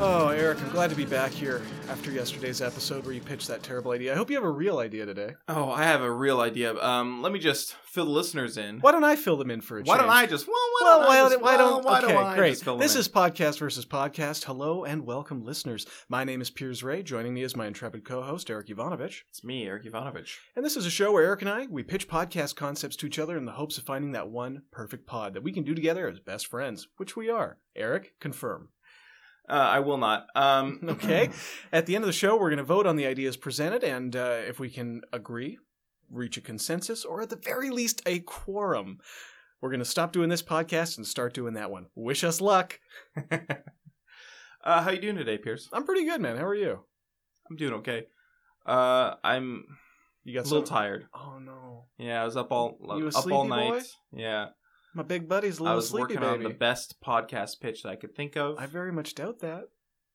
Oh, Eric, I'm glad to be back here after yesterday's episode where you pitched that terrible idea. I hope you have a real idea today. Oh, I have a real idea. Um, let me just fill the listeners in. Why don't I fill them in for a Why change? don't I just? Well, why Well, don't why, I don't- just, why well, don't? why okay, don't I great. just fill them This in? is podcast versus podcast. Hello and welcome, listeners. My name is Piers Ray. Joining me is my intrepid co-host Eric Ivanovich, It's me, Eric Ivanovich. and this is a show where Eric and I we pitch podcast concepts to each other in the hopes of finding that one perfect pod that we can do together as best friends, which we are. Eric, confirm. Uh, I will not. Um, Okay. At the end of the show, we're going to vote on the ideas presented, and uh, if we can agree, reach a consensus, or at the very least, a quorum, we're going to stop doing this podcast and start doing that one. Wish us luck. uh, how you doing today, Pierce? I'm pretty good, man. How are you? I'm doing okay. Uh, I'm You a got little some- tired. Oh no, Yeah, I was up all You a up all sleepy night. boy? Yeah, my big buddy's a little I was sleepy working on baby. the best podcast pitch that I could think of. I very much doubt that.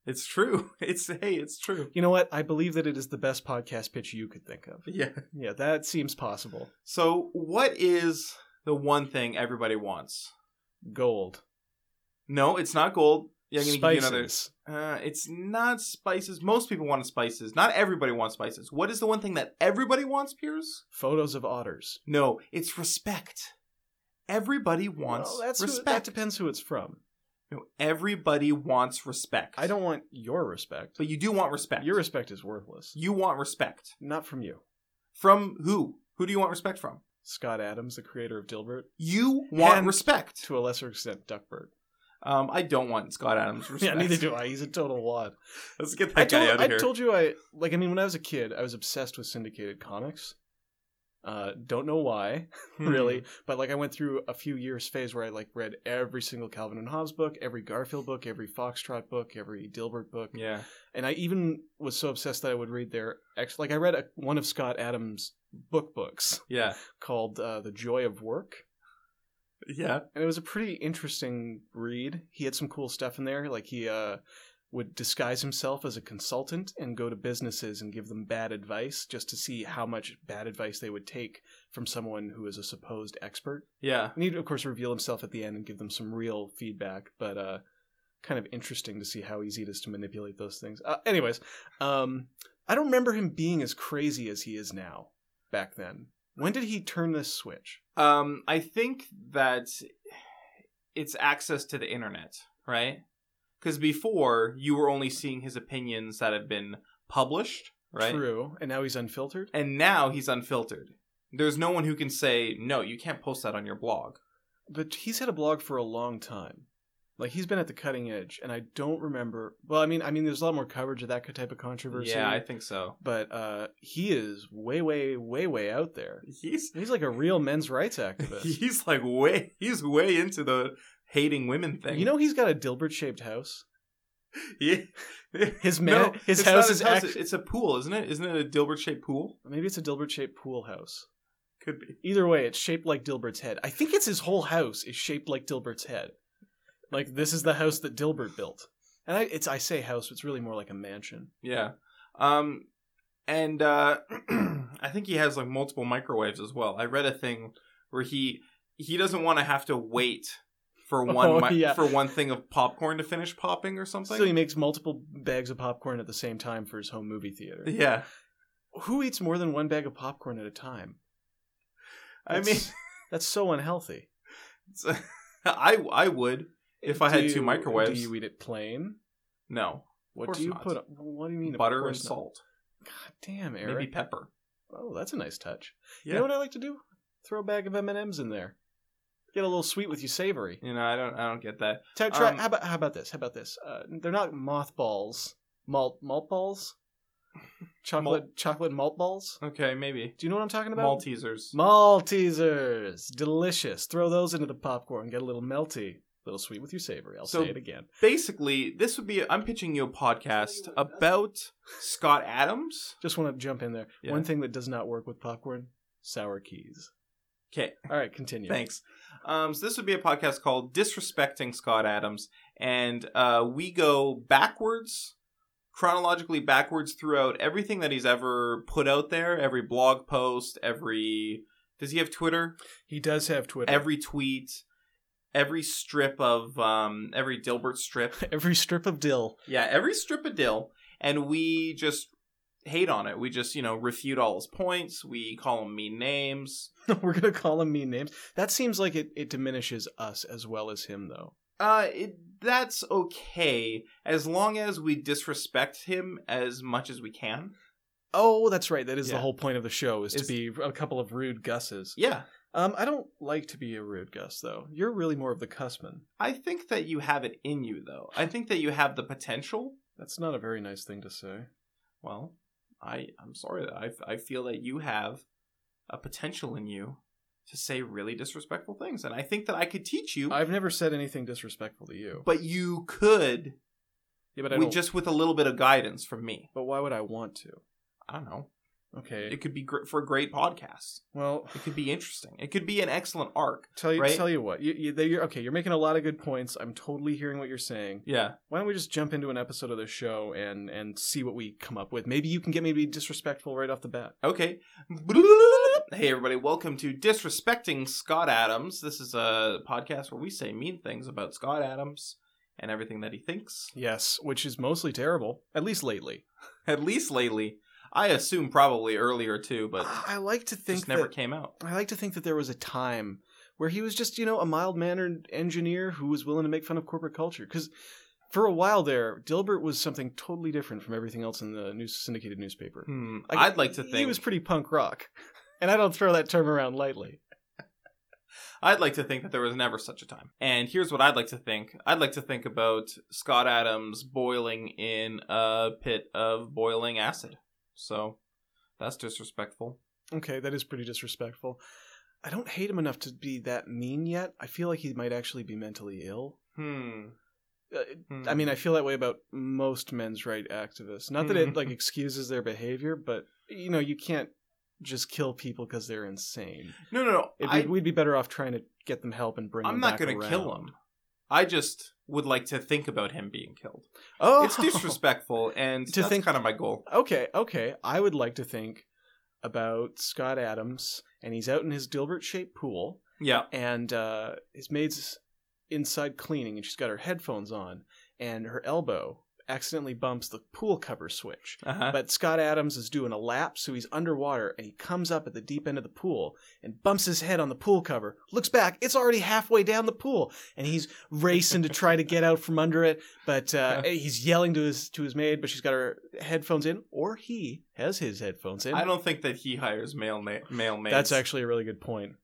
It's true. It's hey, it's true. You know what? I believe that it is the best podcast pitch you could think of. Yeah. Yeah, that seems possible. So, what is the one thing everybody wants? Gold. No, it's not gold. Yeah, I'm gonna give you another. Spices. Uh, it's not spices. Most people want spices. Not everybody wants spices. What is the one thing that everybody wants, Piers? Photos of otters. No, it's respect. Everybody wants Well, that's who- respect. that depends who it's from. No, everybody wants respect. I don't want your respect. But you do want respect. Your respect is worthless. you want respect Not from you. from who? Who do you want respect from? Scott Adams, the creator of Dilbert, You want And- respect. to a lesser extent, Duckbird. Um, I don't want Scott Adams Yeah, respect. neither do I. He's a total wad. Let's get that I guy told, out of I here. told you I like. I mean, when I was a kid, I was obsessed with syndicated comics. Uh, don't know why, Hmm. really, but like I went through a few years phase where I like read every single Calvin and Hobbes book, every Garfield book, every Foxtrot book, every Dilbert book, Yeah. and I even was so obsessed that I would read their ex. Like I read a, one of Scott Adams' book books Yeah. called uh, "The Joy of Work." Yeah. and it was a pretty interesting read. He had some cool stuff in there, like he uh, would disguise himself as a consultant and go to businesses and give them bad advice just to see how much bad advice they would take from someone who is a supposed expert. Yeah. And he'd of course reveal himself at the end and give them some real feedback, but uh, kind of interesting to see how easy it is to manipulate those things. Uh, anyways, um, I don't remember him being as crazy as he is now. Back then, when did he turn this switch? Um, I think that it's access to the internet, right? Because before you were only seeing his opinions that have been published, right? True, and now he's unfiltered. And now he's unfiltered. There's no one who can say no. You can't post that on your blog. but he's had a blog for a long time. Like he's been at the cutting edge, and I don't remember. Well, I mean, I mean, there's a lot more coverage of that type of controversy. Yeah, I think so. but uh, he is way, way, way, way out there. He's He's like a real men's rights activist. he's like way he's way into the hating women thing. you know, he's got a Dilbert-shaped house. yeah. His No, man, his it's house not is his house. act- It's a pool, isn't it? Isn't it a Dilbert shaped pool? maybe it's a Dilbert-shaped pool house. Could be. Either way, it's shaped like Dilbert's head. I think it's his whole house is shaped like Dilbert's head. Like this is the house that Dilbert built, and I, it's I say house, but it's really more like a mansion. Yeah. Um and uh I think he has like multiple microwaves as well. I read a thing where he he doesn't want to have to wait for one Oh, mi- yeah. for one thing of popcorn to finish popping or something. So he makes multiple bags of popcorn at the same time for his home movie theater. yeah. Who eats more than one bag of popcorn at a time? I mean, That's- that's so unhealthy. it's- I I would if I Do had two you- microwaves. do you eat it plain? no. Of What course do you not. put? On, what do you mean? of butter and course not? salt, God damn, Eric. maybe pepper. oh, that's a nice touch. Yeah. You know what I like to do? Throw a bag of M and M's in there. Get a little sweet with your savory. You know, I don't I don't get that. Try, try- Um, how about how about this? How about this? Uh, they're not mothballs. Malt malt balls. Chocolate chocolate malt balls. Okay, maybe. Do you know what I'm talking about? Maltesers. Maltesers, delicious. Throw those into the popcorn. Get a little melty, little sweet with your savory. I'll So- say it again. Basically, this would be I'm pitching you a podcast about Scott Adams. Just want to jump in there. Yeah. One thing that does not work with popcorn: sour keys. Okay, All right, continue. thanks. Um, so this would be a podcast called "Disrespecting Scott Adams," and uh, we go backwards, chronologically backwards throughout everything that he's ever put out there. Every blog post, every does he have Twitter? He does have Twitter. Every tweet, every strip of um, every Dilbert strip. Every strip of dill. Yeah, every strip of Dill, and we just hate on it. We just you know refute all his points. We call him mean names. We're gonna call him mean names. That seems like it, it diminishes us as well as him, though. Uh, it, that's okay as long as we disrespect him as much as we can. Oh, that's right. That is the Yeah. whole point of the show is It's- to be a couple of rude gusses. Yeah, Um, I don't like to be a rude gus though. You're really more of the cussman. I think that you have it in you, though. I think that you have the potential. That's not a very nice thing to say. Well, I I'm sorry that I I feel that you have a potential in you to say really disrespectful things, and I think that I could teach you. I've never said anything disrespectful to you. but you could yeah, but I we don't. just with a little bit of guidance from me. But why would I want to? I don't know. Okay. It could be gr- for a great podcast. Well, It could be interesting. It could be an excellent arc. tell you right? tell you what. You, you, they- you're, okay, you're making a lot of good points. I'm totally hearing what you're saying. Yeah. Why don't we just jump into an episode of this show and and see what we come up with? Maybe you can get me to be disrespectful right off the bat. Okay. Hey everybody, welcome to Disrespecting Scott Adams. This is a podcast where we say mean things about Scott Adams and everything that he thinks. Yes, which is mostly terrible, at least lately. At least lately. I assume probably earlier too, but I like to think just never that- came out. I like to think that there was a time where he was just, you know, a mild mannered engineer who was willing to make fun of corporate culture. Because for a while there, Dilbert was something totally different from everything else in the news syndicated newspaper. Hmm. Like, I'd like to he think was pretty punk rock, and I don't throw that term around lightly. I'd like to think that there was never such a time. And here's what I'd like to think. I'd like to think about Scott Adams boiling in a pit of boiling acid. So that's disrespectful. Okay, that is pretty disrespectful. I don't hate him enough to be that mean yet. I feel like he might actually be mentally ill. Hmm. Uh, Hmm. Hmm. I mean, I feel that way about most men's right activists. Not that it like excuses their behavior, but you know, you can't just kill people because they're insane. no, no, no. It'd be, I, we'd be better off trying to get them help and bring. I'm them not going going to kill him. I just would like to think about him being killed. Oh, It's disrespectful, and To that's think- kind of my goal. Okay, okay. I would like to think about Scott Adams, and he's out in his Dilbert-shaped pool, Yeah. and uh, his maid's inside cleaning, and she's got her headphones on, and her elbow accidentally bumps the pool cover switch. Uh-huh. But Scott Adams is doing a lap, so he's underwater, and he comes up at the deep end of the pool and bumps his head on the pool cover. Looks back, it's already halfway down the pool, and he's racing to try to get out from under it. But uh, he's yelling to his to his maid, but she's got her headphones in, or he has his headphones in. I don't think that he hires male na- male maids. That's actually a really good point.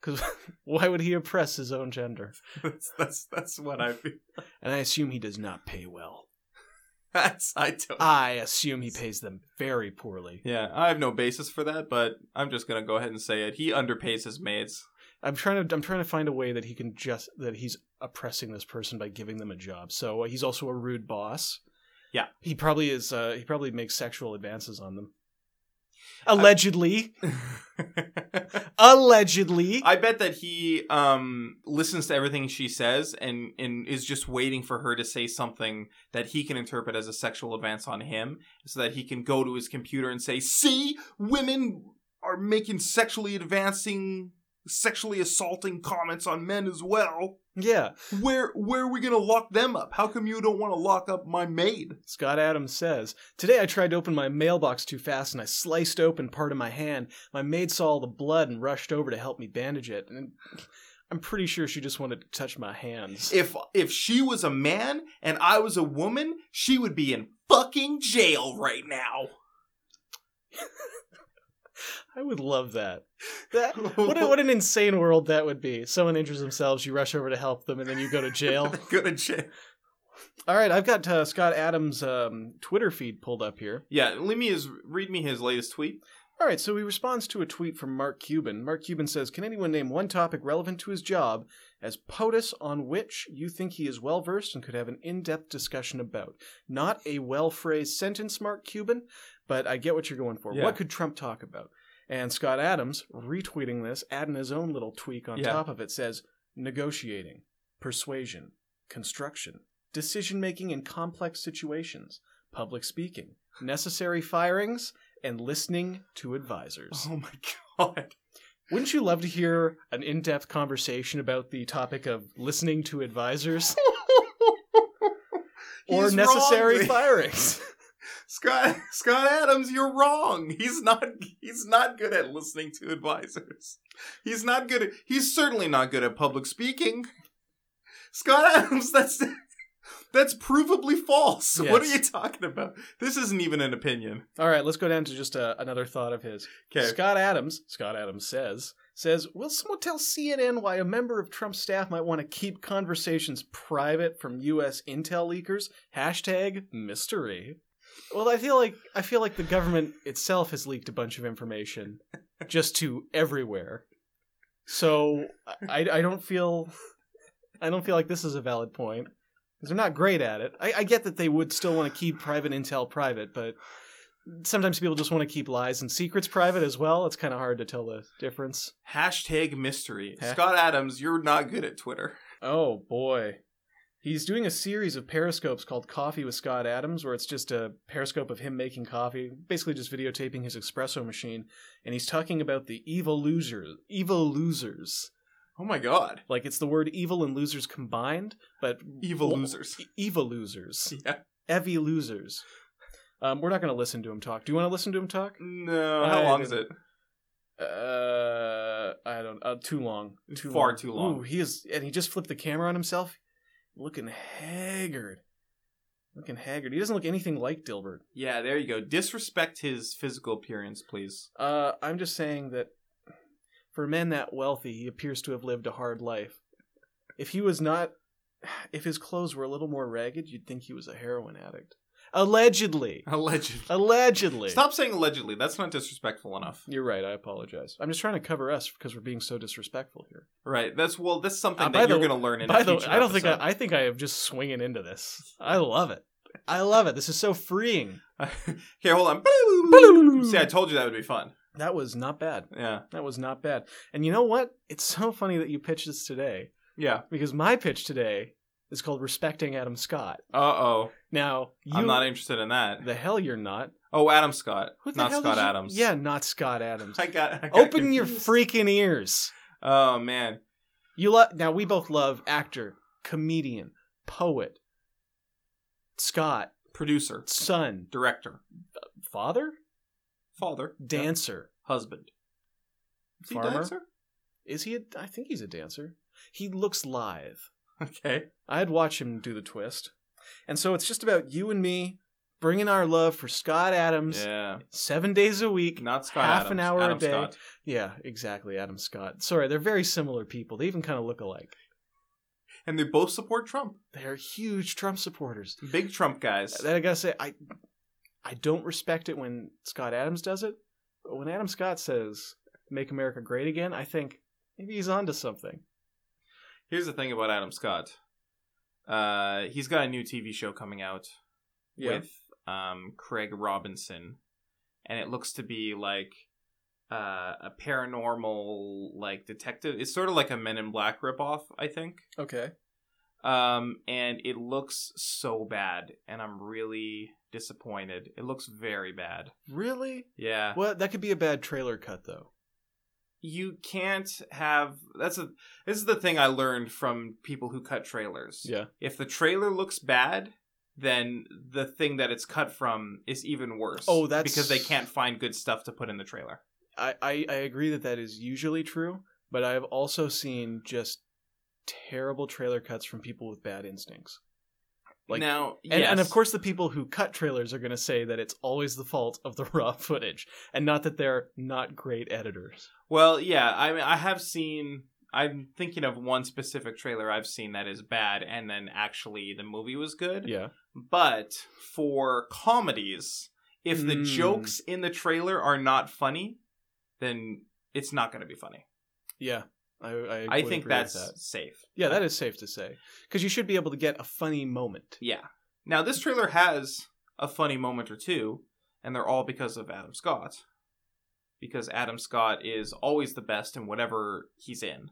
Because why would he oppress his own gender? that's, that's that's what I feel. And I assume he does not pay well. That's I don't. I assume he pays them very poorly. Yeah, I have no basis for that, but I'm just gonna go ahead and say it. He underpays his maids. I'm trying to I'm trying to find a way that he can just that he's oppressing this person by giving them a job. So uh, he's also a rude boss. Yeah. he probably is. Uh, he probably makes sexual advances on them. Allegedly, allegedly. I bet that he um, listens to everything she says and, and is just waiting for her to say something that he can interpret as a sexual advance on him so that he can go to his computer and say, See, women are making sexually advancing, sexually assaulting comments on men as well. yeah, Where, where are we gonna lock them up? How come you don't wanna lock up my maid? Scott Adams says, Today I tried to open my mailbox too fast and I sliced open part of my hand. My maid saw all the blood and rushed over to help me bandage it. And I'm pretty sure she just wanted to touch my hands. If if she was a man and I was a woman, she would be in fucking jail right now. I would love that. That what, a, what an insane world that would be. Someone injures themselves, you rush over to help them, and then you go to jail. Go to jail. all right, I've got uh, Scott Adams' um, Twitter feed pulled up here. Yeah, let me his read me his latest tweet. All right, so he responds to a tweet from Mark Cuban. Mark Cuban says, "Can anyone name one topic relevant to his job as POTUS on which you think he is well versed and could have an in-depth discussion about? Not a well-phrased sentence, Mark Cuban, but I get what you're going for. Yeah. What could Trump talk about?" And Scott Adams, retweeting this, adding his own little tweak on Yeah. top of it, says, "Negotiating, persuasion, construction, decision making in complex situations, public speaking, Uh-huh. necessary firings." And listening to advisors. Oh my god. Wouldn't you love to hear an in depth conversation about the topic of listening to advisors or He's necessary wrong. firings? Scott Scott Adams, you're wrong. He's not he's not good at listening to advisors. He's not good at, he's certainly not good at public speaking. Scott Adams, that's that's provably false. What are Yes. you talking about? This isn't even an opinion. All right, let's go down to just uh, another thought of his. Okay. Scott Adams, Scott Adams says, says, will someone tell CNN why a member of Trump's staff might want to keep conversations private from U.S. intel leakers? Hashtag mystery. Well, I feel like I feel like the government itself has leaked a bunch of information just to everywhere. So I, I don't feel I don't feel like this is a valid point because they're not great at it. I, I get that they would still want to keep private intel private, but sometimes people just want to keep lies and secrets private as well. It's kind of hard to tell the difference. Hashtag mystery. Ha- Scott Adams, you're not good at Twitter. Oh boy. He's doing a series of periscopes called Coffee with Scott Adams, where it's just a periscope of him making coffee, basically just videotaping his espresso machine, and he's talking about the evil losers, evil losers. Oh my god. Like it's the word evil and losers combined, but Evil Well, losers. e- evil losers, Yeah. evie losers. Um, we're not going to listen to him talk. Do you want to listen to him talk? No. How I long is it? didn't- Uh, I don't. Uh, too long. Too Far long. too long. Ooh, he is, and he just flipped the camera on himself, looking haggard. Looking haggard. He doesn't look anything like Dilbert. Yeah, there you go. Disrespect his physical appearance, please. Uh, I'm just saying that for men that wealthy, he appears to have lived a hard life. If he was not, if his clothes were a little more ragged, you'd think he was a heroin addict. Allegedly. Allegedly. Allegedly. Stop saying allegedly. That's not disrespectful enough. You're right. I apologize. I'm just trying to cover us because we're being so disrespectful here. Right. That's well. That's something Uh, by that you're the- going to learn in. By a the way, future I don't think I, episode. I think I am just swinging into this. I love it. I love it. This is so freeing. okay, hold on. See, I told you that would be fun. That was not bad. Yeah. That was not bad. And you know what? It's so funny that you pitched this today Yeah. because my pitch today is called "Respecting Adam Scott." Uh oh. Now you, I'm not interested in that. the hell you're not. Oh, Adam Scott, Who the not hell Scott did you- Adams. Yeah, not Scott Adams. I got. I got Open your confused. freaking ears. Oh man. You love now. We both love actor, comedian, poet, Scott, Producer, son, director, father, father, dancer. husband. Is he a Farmer? dancer? Is he? A, I think he's a dancer. He looks lithe. Okay. I'd watch him do the twist. And so it's just about you and me bringing our love for Scott Adams Yeah. seven days a week. Not Scott Half Adams. an hour a Adam day. Scott. Yeah, exactly. Adam Scott. Sorry, they're very similar people. They even kind of look alike. And they both support Trump. They're huge Trump supporters. Big Trump guys. That I gotta say, I I don't respect it when Scott Adams does it, but when Adam Scott says "Make America Great Again," I think maybe he's onto something. Here's the thing about Adam Scott. Uh, he's got a new TV show coming out with um, Craig Robinson, and it looks to be like uh, a paranormal like detective. It's sort of like a Men in Black ripoff, I think. Okay. Um, and it looks so bad, and I'm really disappointed. It looks very bad. Really? Yeah, Well, that could be a bad trailer cut, though. you can't have. That's a. This is the thing I learned from people who cut trailers. Yeah. if the trailer looks bad then the thing that it's cut from is even worse Oh, that's- because they can't find good stuff to put in the trailer I, I, I agree that that is usually true, but I've also seen just terrible trailer cuts from people with bad instincts. Like- now And, yes. and of course, the people who cut trailers are going to say that it's always the fault of the raw footage, and not that they're not great editors. well yeah i mean i have seen i'm thinking of one specific trailer i've seen that is bad and then actually the movie was good Yeah. but for comedies if the Mm. jokes in the trailer are not funny then it's not going to be funny Yeah. I, I, i, would think agree with that's That. safe Yeah, that is safe to say. Because you should be able to get a funny moment. Yeah. Now this trailer has a funny moment or two, and they're all because of Adam Scott. Because Adam Scott is always the best in whatever he's in.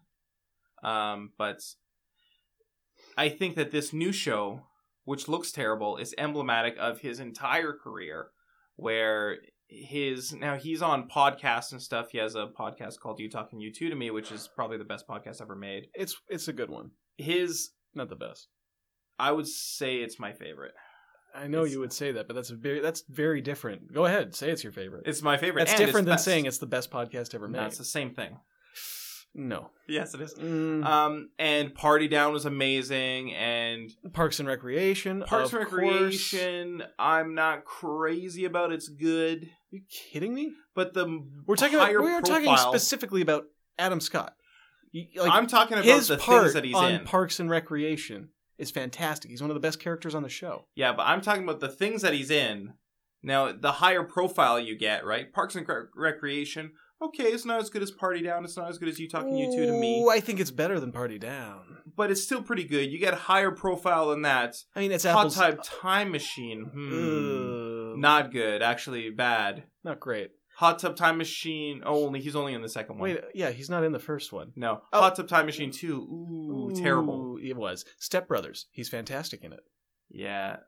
Um, but I think that this new show, which looks terrible, is emblematic of his entire career, where his now he's on podcasts and stuff. He has a podcast called You Talking You Two to Me, which is probably the best podcast ever made. It's it's a good one, His not the best. I would say it's my favorite. I know It's- you would say that, but that's very that's very different. Go ahead, say it's your favorite. It's my favorite. that's and different than best. saying it's the best podcast ever made. That's the same thing. No, Yes, it is. Mm, Um, and Party Down was amazing, and Parks and Recreation. Uh, Parks of and course. Recreation. I'm not crazy about. It's good, you kidding me? but the We're talking about, higher we are talking profile- specifically about Adam Scott. You- like, I'm talking about his the part things that he's on in. Parks and Recreation is fantastic. He's one of the best characters on the show. yeah, but I'm talking about the things that he's in. Now, the higher profile you get, right? Parks and Rec- Recreation. Okay, it's not as good as Party Down. It's not as good as you talking you two to me, Ooh, I think it's better than Party Down. but it's still pretty good. You get higher profile than that. I mean, it's Hot apples. Uh, Tub Time Machine. Hmm. Ugh, not, Not good, actually bad. great. Hot Tub Time Machine. Oh, only he's only in the second one. Wait, yeah, he's not in the first one. no. Oh. Hot Tub Time Machine Two. Ooh, terrible. Ooh, It was Step Brothers. He's fantastic in it. Yeah,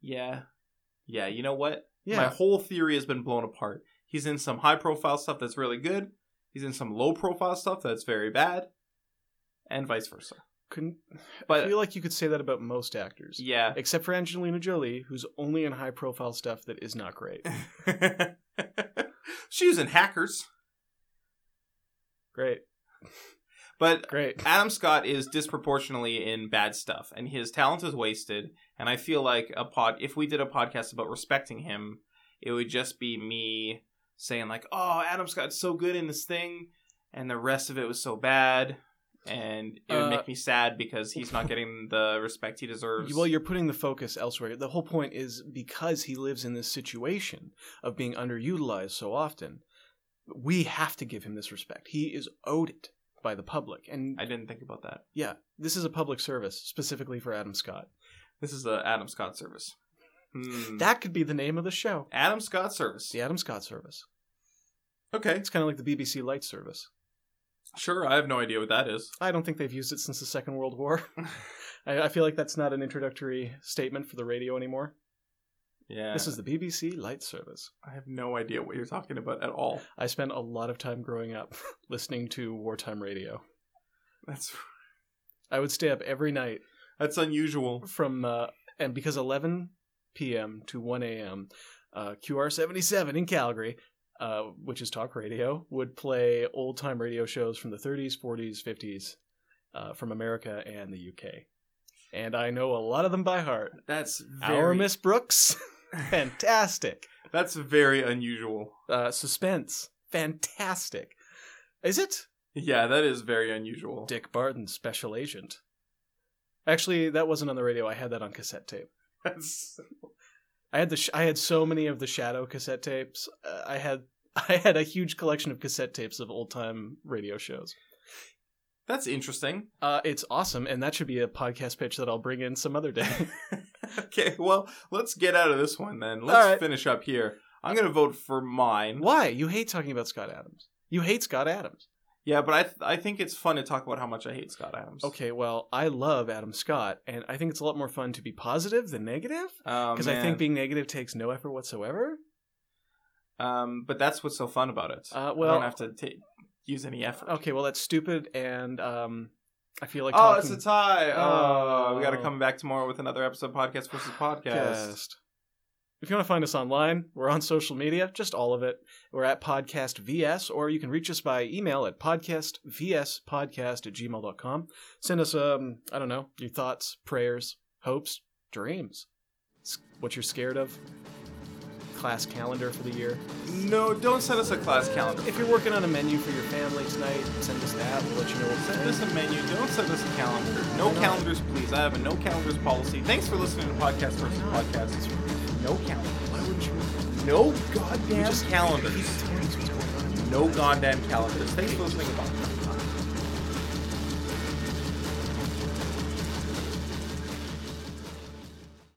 yeah, yeah. You know what? Yeah, My whole theory has been blown apart. He's in some high profile stuff that's really good. He's in some low profile stuff that's very bad, and vice versa. couldn't. I But feel like you could say that about most actors, yeah, except for Angelina Jolie, who's only in high-profile stuff that is not great. she was in Hackers, great, but great. Adam Scott is disproportionately in bad stuff, and his talent is wasted. And I feel like a pod, if we did a podcast about respecting him, it would just be me saying like, "Oh, Adam Scott's so good in this thing," and the rest of it was so bad, and it would Uh, make me sad because he's not getting the respect he deserves. Well, you're putting the focus elsewhere. The whole point is because he lives in this situation of being underutilized so often, we have to give him this respect. He is owed it by the public. And I didn't think about that. yeah, this is a public service specifically for Adam Scott. This is the Adam Scott service. Hmm. That could be the name of the show. Adam Scott service. It's the Adam Scott service. Okay. It's kind of like the BBC Light service. Sure. I have no idea what that is. I don't think they've used it since the Second World War. I, I feel like that's not an introductory statement for the radio anymore. Yeah. This is the BBC Light service. I have no idea what you're talking about at all. I spent a lot of time growing up listening to wartime radio. That's I would stay up every night That's unusual. from uh, and because 11 p.m. to 1 a.m. Uh, QR77 in Calgary, uh, which is talk radio, would play old time radio shows from the 30s, 40s, 50s uh, from America and the UK. And I know a lot of them by heart. That's Our Miss Brooks, fantastic. That's very unusual. Uh, suspense, fantastic. Is it? Yeah, that is very unusual. Dick Barton, special agent. Actually, that wasn't on the radio. I had that on cassette tape. That's I had the sh- I had so many of the Shadow cassette tapes. Uh, I had I had a huge collection of cassette tapes of old time radio shows. that's interesting. Uh, it's awesome, and that should be a podcast pitch that I'll bring in some other day. okay, well, let's get out of this one then. Let's right. Uh, finish up here. I'm gonna vote for mine. Why you hate talking about Scott Adams? You hate Scott Adams. Yeah, but I th- I think it's fun to talk about how much I hate Scott Adams. Okay, well, I love Adam Scott, and I think it's a lot more fun to be positive than negative because because I think being negative takes no effort whatsoever. um, but that's what's so fun about it. Uh, I well, don't have to ta use any effort. okay, well, that's stupid, and um, I feel like oh, talking it's a tie. Oh, we got to Oh. come back tomorrow with another episode of podcast versus podcast. podcast. If you want to find us online, we're on social media, just all of it. We're at Podcast VS, or you can reach us by email at podcastvspodcast at gmail.com. Send us, um, I don't know, your thoughts, prayers, hopes, dreams. S- What you're scared of, class calendar for the year. No, don't send us a class calendar. If you're working on a menu for your family tonight, send us that. We'll let you know what's Send in. us a menu. Don't send us a calendar. No Why not? calendars, please. I have a no calendars policy. Thanks for listening to Podcast versus Why not? Podcast. No calendars. Why wouldn't you? No goddamn just- calendars. No goddamn calendars. Thanks for listening to Podcast.